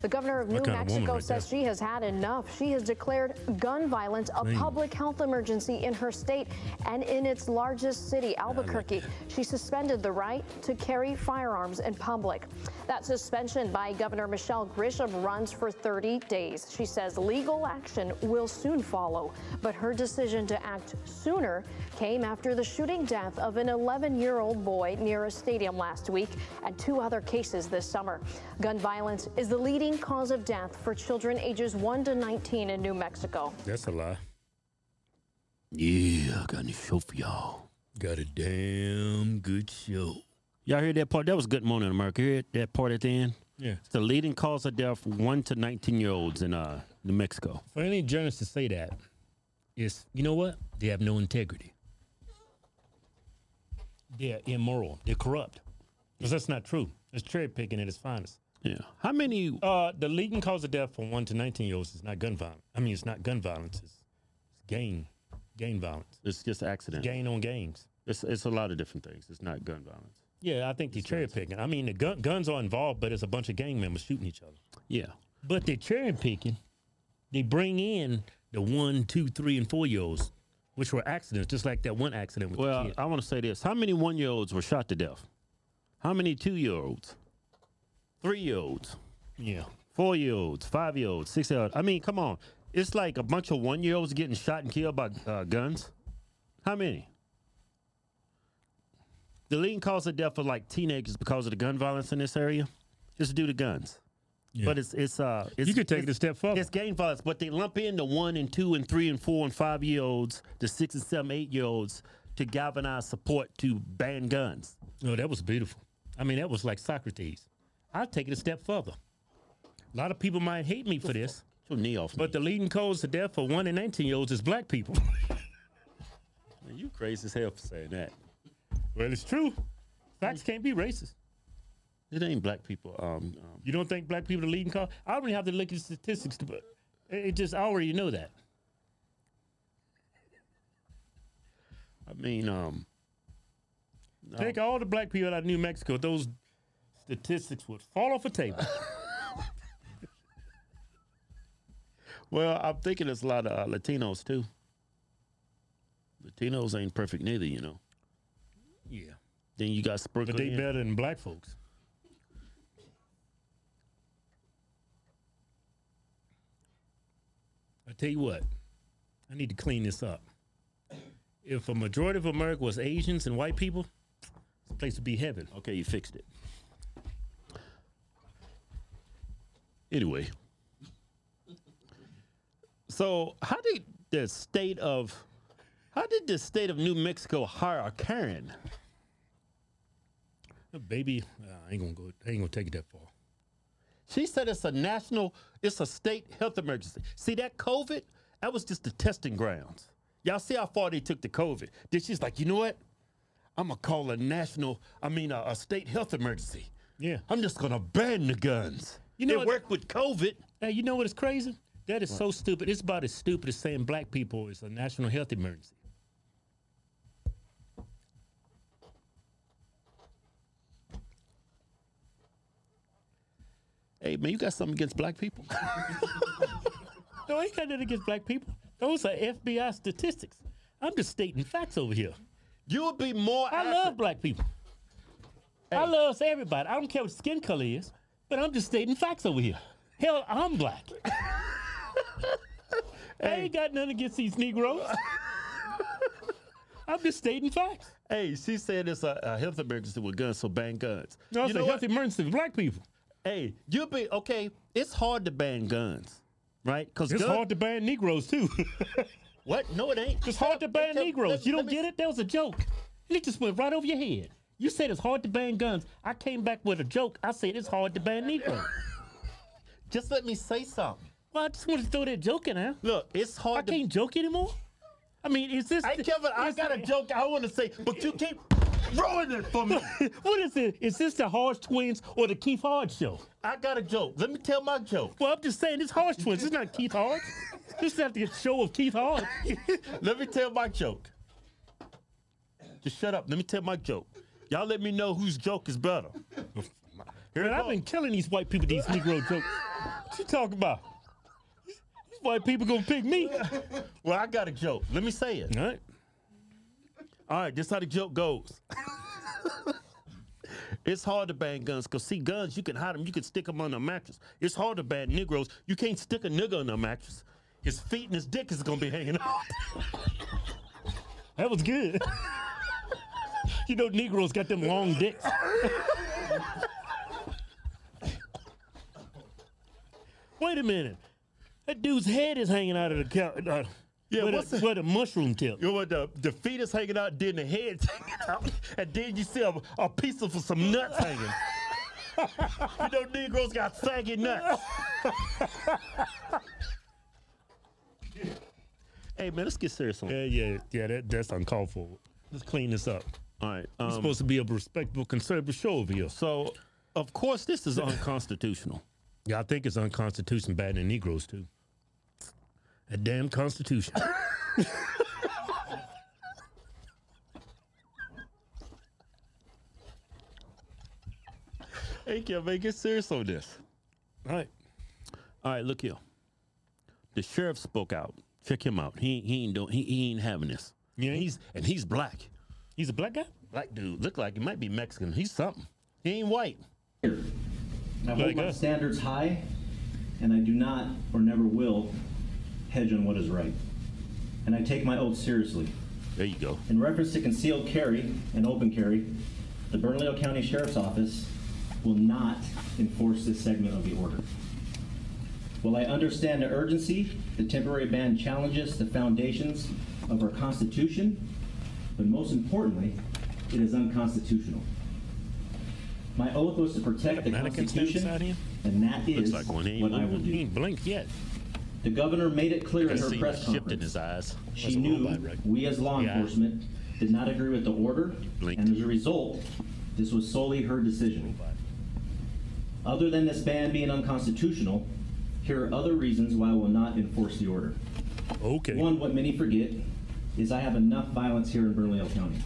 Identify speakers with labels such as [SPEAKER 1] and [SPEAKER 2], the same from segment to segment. [SPEAKER 1] The governor of New
[SPEAKER 2] What kind of woman
[SPEAKER 1] Mexico
[SPEAKER 2] right
[SPEAKER 1] says
[SPEAKER 2] there?
[SPEAKER 1] she has had enough. She has declared gun violence a
[SPEAKER 2] Man.
[SPEAKER 1] public health emergency in her state and in its largest city, Albuquerque. She suspended the right to carry firearms in public. That suspension by Governor Michelle Grisham runs for 30 days. She says legal action will soon follow, but her decision to act sooner came after the shooting death of an 11 year old boy near a stadium last week and two other cases this summer. Gun violence is the leading cause of death for children ages 1 to 19 in New Mexico.
[SPEAKER 2] That's a lie.
[SPEAKER 3] Yeah, I got a show for y'all.
[SPEAKER 2] Got a damn good show.
[SPEAKER 3] Y'all hear that part? That was Good Morning America. Hear it? that part at the end?
[SPEAKER 2] Yeah.
[SPEAKER 3] It's the leading cause of death for one to nineteen year olds in uh New Mexico.
[SPEAKER 2] For any journalist to say that is, you know what? They have no integrity. They're immoral. They're corrupt. Because that's not true. It's cherry picking at its finest.
[SPEAKER 3] Yeah. How many
[SPEAKER 2] Uh, the leading cause of death for one to nineteen year olds is not gun violence. I mean, it's not gun violence. It's, it's gang, gang violence,
[SPEAKER 3] it's just accident.
[SPEAKER 2] gang on gangs.
[SPEAKER 3] It's it's a lot of different things. It's not gun violence.
[SPEAKER 2] Yeah, I think they're cherry picking. I mean, the gun, guns are involved, but it's a bunch of gang members shooting each other.
[SPEAKER 3] Yeah.
[SPEAKER 2] But they're cherry picking. They bring in the one, two, three, and four year olds, which were accidents, just like that one accident with
[SPEAKER 3] Well, uh,
[SPEAKER 2] the kid.
[SPEAKER 3] I want to say this. How many one year olds were shot to death? How many two year olds? Three year olds?
[SPEAKER 2] yeah,
[SPEAKER 3] Four year olds? Five year olds? Six year olds? I mean, come on. It's like a bunch of one year olds getting shot and killed by uh, guns. How many? The leading cause of death for like teenagers because of the gun violence in this area is due to guns.
[SPEAKER 2] Yeah.
[SPEAKER 3] But it's it's uh it's,
[SPEAKER 2] could take it
[SPEAKER 3] it's-
[SPEAKER 2] a step further.
[SPEAKER 3] It's gang violence, but they lump in the one and two and three and four and five year olds, the six and seven eight year olds to galvanize support to ban guns.
[SPEAKER 2] no, that was beautiful. I mean, that was like Socrates. I'll take it a step further. A lot of people might hate me for this.
[SPEAKER 3] Your knee off,
[SPEAKER 2] But the leading cause of death for one in 19 year olds is black people.
[SPEAKER 3] man, you crazy as hell for saying that.
[SPEAKER 2] well, it's true. Facts can't be racist.
[SPEAKER 3] It ain't black people. Um, um
[SPEAKER 2] You don't think black people are the leading cause? I don't even have to look at statistics, to, but it it just, I already know that.
[SPEAKER 3] I mean, um,
[SPEAKER 2] Oh. Take all the black people out of New Mexico, those statistics would fall off a table.
[SPEAKER 3] well, I'm thinking it's a lot of uh, Latinos too. Latinos ain't perfect neither, you know.
[SPEAKER 2] yeah.
[SPEAKER 3] Then you got
[SPEAKER 2] But
[SPEAKER 3] sprinkled.
[SPEAKER 2] they
[SPEAKER 3] in.
[SPEAKER 2] better than black folks. I tell you what, I need to clean this up. If a majority of America was Asians and white people, this place would be heaven.
[SPEAKER 3] Okay, you fixed it. Anyway. So how did the state of how did the state of New Mexico hire a Karen?
[SPEAKER 2] Baby, uh, I ain't gonna go. I ain't gonna take it that far.
[SPEAKER 3] She said it's a national, it's a state health emergency. See that COVID? That was just the testing grounds. Y'all see how far they took the COVID. Then she's like, you know what? I'm gonna call a national, I mean a, a state health emergency.
[SPEAKER 2] Yeah.
[SPEAKER 3] I'm just gonna ban the guns.
[SPEAKER 2] You
[SPEAKER 3] You
[SPEAKER 2] know
[SPEAKER 3] know, it
[SPEAKER 2] what-
[SPEAKER 3] worked with COVID.
[SPEAKER 2] Hey, you know what is crazy? That is so stupid. It's about as stupid as saying black people is a national health emergency.
[SPEAKER 3] Hey man, you got something against black people?
[SPEAKER 2] No, I ain't got nothing against black people. Those are FBI statistics. I'm just stating facts over here.
[SPEAKER 3] you would be more.
[SPEAKER 2] I
[SPEAKER 3] apt-
[SPEAKER 2] love black people. I
[SPEAKER 3] Hey.
[SPEAKER 2] love everybody. I don't care what skin color is, but I'm just stating facts over here. Hell, I'm black. I ain't got nothing against these Negroes. I'm just stating facts.
[SPEAKER 3] Hey, she said it's a, a health emergency with guns, so ban guns.
[SPEAKER 2] No,
[SPEAKER 3] you
[SPEAKER 2] it's a
[SPEAKER 3] know what?
[SPEAKER 2] health emergency for black people.
[SPEAKER 3] Hey, you'll be okay. It's hard to ban guns, right? Because
[SPEAKER 2] It's hard to ban Negroes too.
[SPEAKER 3] What? No, it ain't.
[SPEAKER 2] it's hard to ban
[SPEAKER 3] Let- let-
[SPEAKER 2] Negroes. you
[SPEAKER 3] let
[SPEAKER 2] don't
[SPEAKER 3] me-
[SPEAKER 2] get it? That was a joke. And It just went right over your head. You said it's hard to ban guns. I came back with a joke. I said it's hard to ban Negroes.
[SPEAKER 3] Just let me say something.
[SPEAKER 2] well, I just wanted to throw that joke in there.
[SPEAKER 3] Look, it's
[SPEAKER 2] I
[SPEAKER 3] hard to.
[SPEAKER 2] can't joke anymore. I mean, is this?
[SPEAKER 3] Hey, Kevin, I
[SPEAKER 2] is
[SPEAKER 3] got a
[SPEAKER 2] it-
[SPEAKER 3] joke I want to say, but you keep ruining it for me.
[SPEAKER 2] What is it? Is this the Harsh Twins or the Keith Hard show?
[SPEAKER 3] I got a joke. Let me tell my joke.
[SPEAKER 2] Well, I'm just saying it's Harsh Twins. It's not Keith Hard. this is not the show of Keith Hard.
[SPEAKER 3] Let me tell my joke. Just shut up. Let me tell my joke. Y'all let me know whose joke is better.
[SPEAKER 2] Man, I've been killing these white people with these Negro jokes.
[SPEAKER 3] What you talking about? These white people gonna pick me. Well, I got a joke. Let me say it.
[SPEAKER 2] All right.
[SPEAKER 3] All right, this how the joke goes. it's hard to ban guns because see, guns you can hide them, you can stick them under a mattress. It's hard to ban Negroes. You can't stick a nigga under a mattress. His feet and his dick is gonna be hanging out.
[SPEAKER 2] That was good. you know, Negroes got them long dicks. Wait a minute. That dude's head is hanging out of the cow. Uh,
[SPEAKER 3] Yeah,
[SPEAKER 2] yeah, where,
[SPEAKER 3] what's
[SPEAKER 2] the,
[SPEAKER 3] the-
[SPEAKER 2] where the mushroom tip?
[SPEAKER 3] You know what? The, the feet is hanging out, then the head's hanging out, and then you see a, a piece of some nuts hanging. you know, Negroes got saggy nuts. hey, man, let's get serious on.
[SPEAKER 2] Yeah, yeah, yeah. That, that's uncalled for. Let's clean this up.
[SPEAKER 3] All right.
[SPEAKER 2] It's
[SPEAKER 3] Um,
[SPEAKER 2] supposed to be a respectable conservative show over here.
[SPEAKER 3] so, of course, this is unconstitutional.
[SPEAKER 2] Yeah, I think it's unconstitutional batting Negroes too. A damn constitution.
[SPEAKER 3] hey, can man, get serious on this.
[SPEAKER 2] All right.
[SPEAKER 3] All right, look here. The sheriff spoke out. Check him out. He he ain't doing. He, he ain't having this.
[SPEAKER 2] Yeah.
[SPEAKER 3] he's and he's black.
[SPEAKER 2] He's a black guy?
[SPEAKER 3] Black dude look like he might be Mexican. He's something. He ain't white.
[SPEAKER 4] I
[SPEAKER 2] Very
[SPEAKER 4] hold my
[SPEAKER 2] good.
[SPEAKER 4] standards high, and I do not or never will hedge on what is right. And I take my oath seriously.
[SPEAKER 3] There you go.
[SPEAKER 4] In reference to concealed carry and open carry, the Bernalillo County Sheriff's Office will not enforce this segment of the order. While I understand the urgency, the temporary ban challenges the foundations of our Constitution, but most importantly, it is unconstitutional. My oath was to protect the
[SPEAKER 2] Mannequin stands
[SPEAKER 4] Constitution,
[SPEAKER 2] out here?
[SPEAKER 4] and that is
[SPEAKER 3] like one, he ain't
[SPEAKER 4] what I will
[SPEAKER 3] moving.
[SPEAKER 2] He
[SPEAKER 4] do.
[SPEAKER 2] ain't blinked yet.
[SPEAKER 4] The governor made it clear
[SPEAKER 3] I
[SPEAKER 4] in her
[SPEAKER 3] see
[SPEAKER 4] press
[SPEAKER 3] a shift in
[SPEAKER 4] conference
[SPEAKER 3] his eyes.
[SPEAKER 4] she
[SPEAKER 2] That's a
[SPEAKER 4] knew
[SPEAKER 2] robot, right?
[SPEAKER 4] we as law
[SPEAKER 2] Yeah.
[SPEAKER 4] enforcement did not agree with the order,
[SPEAKER 3] blinked.
[SPEAKER 4] and as a result, this was solely her decision. Other than this ban being unconstitutional, here are other reasons why I will not enforce the order.
[SPEAKER 2] Okay.
[SPEAKER 4] One, what many forget is I have enough violence here in Bernalillo County.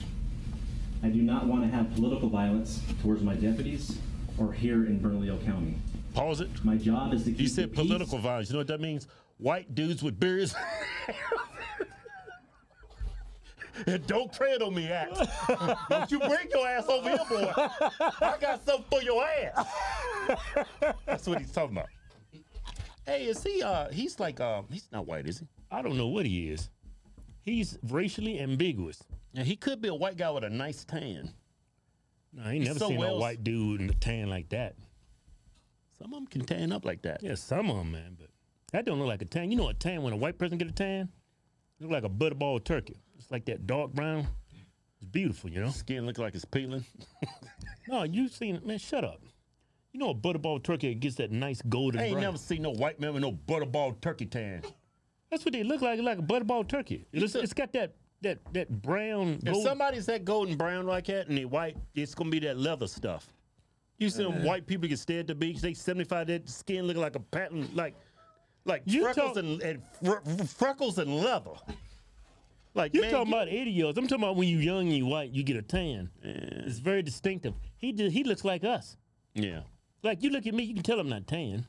[SPEAKER 4] I do not want to have political violence towards my deputies or here in Bernalillo County.
[SPEAKER 3] Pause it.
[SPEAKER 4] My job is to keep
[SPEAKER 3] You
[SPEAKER 4] the
[SPEAKER 3] said
[SPEAKER 4] peace.
[SPEAKER 3] political violence. You know what that means? White dudes with beards. And don't tread on me, ass. don't you bring your ass over here, boy. I got something for your ass. That's what he's talking about. Hey, is he? Uh, he's like, um, he's not white, is he?
[SPEAKER 2] I don't know what he is. He's racially ambiguous.
[SPEAKER 3] Yeah, he could be a white guy with a nice tan.
[SPEAKER 2] No, I ain't never
[SPEAKER 3] so
[SPEAKER 2] seen no
[SPEAKER 3] Wells.
[SPEAKER 2] white dude in a tan like that.
[SPEAKER 3] Some of them can tan up like that.
[SPEAKER 2] Yeah, some of them, man, but that don't look like a tan. You know a tan when a white person get a tan? It look like a butterball turkey. It's like that dark brown. It's beautiful, you know?
[SPEAKER 3] Skin look like it's peeling.
[SPEAKER 2] No, you've seen it. Man, shut up. You know a butterball turkey gets that nice golden
[SPEAKER 3] I ain't
[SPEAKER 2] brown.
[SPEAKER 3] never seen no white man with no butterball turkey tan.
[SPEAKER 2] That's what they look like, like a butterball turkey. It's,
[SPEAKER 3] said-
[SPEAKER 2] it's got that that that brown
[SPEAKER 3] If
[SPEAKER 2] gold.
[SPEAKER 3] somebody's that golden brown like that and they white, it's gonna be that leather stuff. You see them white people get stay at the beach, they 75, their skin looking like a pattern, like like
[SPEAKER 2] You
[SPEAKER 3] freckles
[SPEAKER 2] talk-
[SPEAKER 3] and, and fr- fr- freckles and leather. Like
[SPEAKER 2] you
[SPEAKER 3] man,
[SPEAKER 2] talking
[SPEAKER 3] you-
[SPEAKER 2] about 80 years. I'm talking about when you young and you white, you get a tan. It's very distinctive. He did, he looks like us.
[SPEAKER 3] Yeah.
[SPEAKER 2] Like you look at me, you can tell I'm not tan.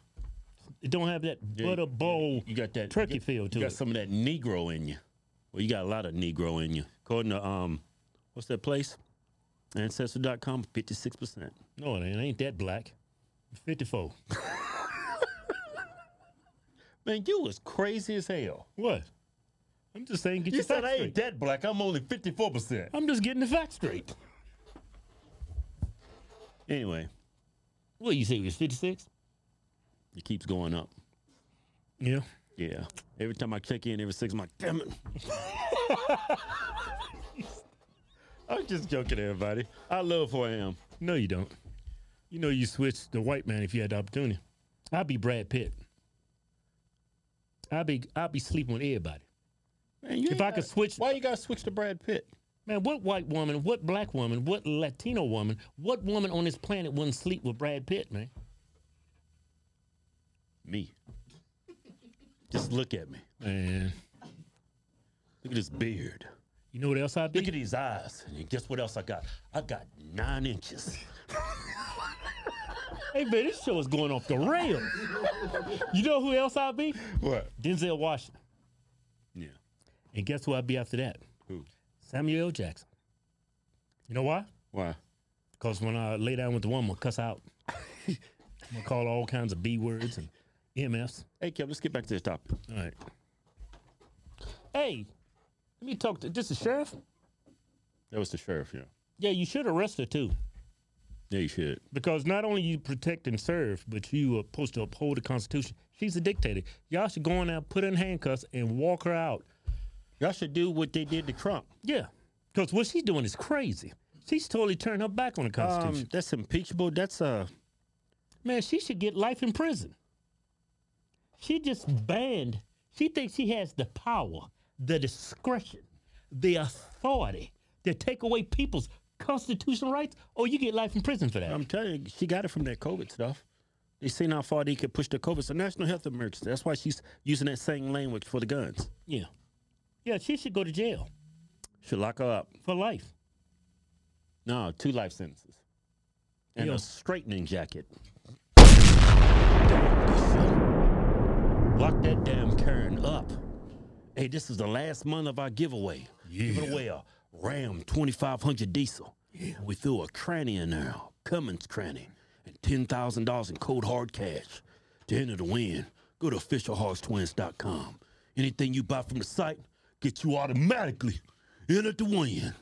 [SPEAKER 2] It don't have that
[SPEAKER 3] you-
[SPEAKER 2] butterball
[SPEAKER 3] You got that
[SPEAKER 2] turkey
[SPEAKER 3] you-
[SPEAKER 2] feel to
[SPEAKER 3] You
[SPEAKER 2] it.
[SPEAKER 3] got some of that Negro in you. Well, you got a lot of Negro in you. According to um, what's that place? Ancestor.com, 56%.
[SPEAKER 2] no, it ain't, ain't that black. 54.
[SPEAKER 3] Man, you was crazy as hell.
[SPEAKER 2] What? I'm just saying, get
[SPEAKER 3] You
[SPEAKER 2] your
[SPEAKER 3] said
[SPEAKER 2] facts
[SPEAKER 3] I ain't
[SPEAKER 2] straight.
[SPEAKER 3] that black. I'm only 54%.
[SPEAKER 2] I'm just getting the facts straight.
[SPEAKER 3] Anyway,
[SPEAKER 2] What you say? He was 56?
[SPEAKER 3] it keeps going up.
[SPEAKER 2] Yeah.
[SPEAKER 3] Yeah. Every time I check in, every six, I'm like, damn it. I'm just joking, everybody. I love who I am.
[SPEAKER 2] No, you don't. You know, you switch the white man if you had the opportunity. I'd be Brad Pitt. I'd be I'd be sleeping with everybody.
[SPEAKER 3] Man, you
[SPEAKER 2] If
[SPEAKER 3] ain't
[SPEAKER 2] I could
[SPEAKER 3] gotta-
[SPEAKER 2] switch-
[SPEAKER 3] why you gotta switch to Brad Pitt?
[SPEAKER 2] Man, what white woman, what black woman, what Latino woman, what woman on this planet wouldn't sleep with Brad Pitt, man?
[SPEAKER 3] Me. Just look at me.
[SPEAKER 2] Man.
[SPEAKER 3] Look at this beard.
[SPEAKER 2] You know what else I'd be?
[SPEAKER 3] Look at these eyes. And guess what else I got? I got nine inches.
[SPEAKER 2] Hey man, this show is going off the rails. You know who else I'll be?
[SPEAKER 3] What?
[SPEAKER 2] Denzel Washington.
[SPEAKER 3] Yeah.
[SPEAKER 2] And guess who I'll be after that?
[SPEAKER 3] Who?
[SPEAKER 2] Samuel L. Jackson. You know why?
[SPEAKER 3] Why?
[SPEAKER 2] Because when I lay down with the woman, cuss out. I'm gonna call all kinds of B words and MFs.
[SPEAKER 3] Hey, Kev, let's get back to the topic.
[SPEAKER 2] All right. Hey, let me talk to this is sheriff.
[SPEAKER 3] That was the sheriff, yeah.
[SPEAKER 2] Yeah, you should arrest her too.
[SPEAKER 3] Yeah, you should.
[SPEAKER 2] Because not only you protect and serve, but you are supposed to uphold the Constitution. She's a dictator. Y'all should go in there, put her in handcuffs, and walk her out.
[SPEAKER 3] Y'all should do what they did to Trump.
[SPEAKER 2] Yeah. Because what she's doing is crazy. She's totally turned her back on the Constitution.
[SPEAKER 3] Um, that's impeachable. That's uh
[SPEAKER 2] Man, she should get life in prison. She just banned. She thinks she has the power, the discretion, the authority to take away people's constitutional rights. Oh, you get life in prison for that.
[SPEAKER 3] I'm telling you, she got it from that COVID stuff. They seen how far they could push the COVID. It's a national health emergency. That's why she's using that same language for the guns.
[SPEAKER 2] yeah. Yeah, she should go to jail
[SPEAKER 3] Should lock her up.
[SPEAKER 2] for life.
[SPEAKER 3] No, two life sentences. And
[SPEAKER 2] Yeah.
[SPEAKER 3] a straightening jacket. Lock that damn Karen up. Hey, this is the last month of our giveaway. Giving away a Ram 2500 diesel. We threw a tranny in there, Cummins tranny, and $10,000 in cold hard cash. To enter the win, go to officialhorsetwins.com. Anything you buy from the site gets you automatically in at the win.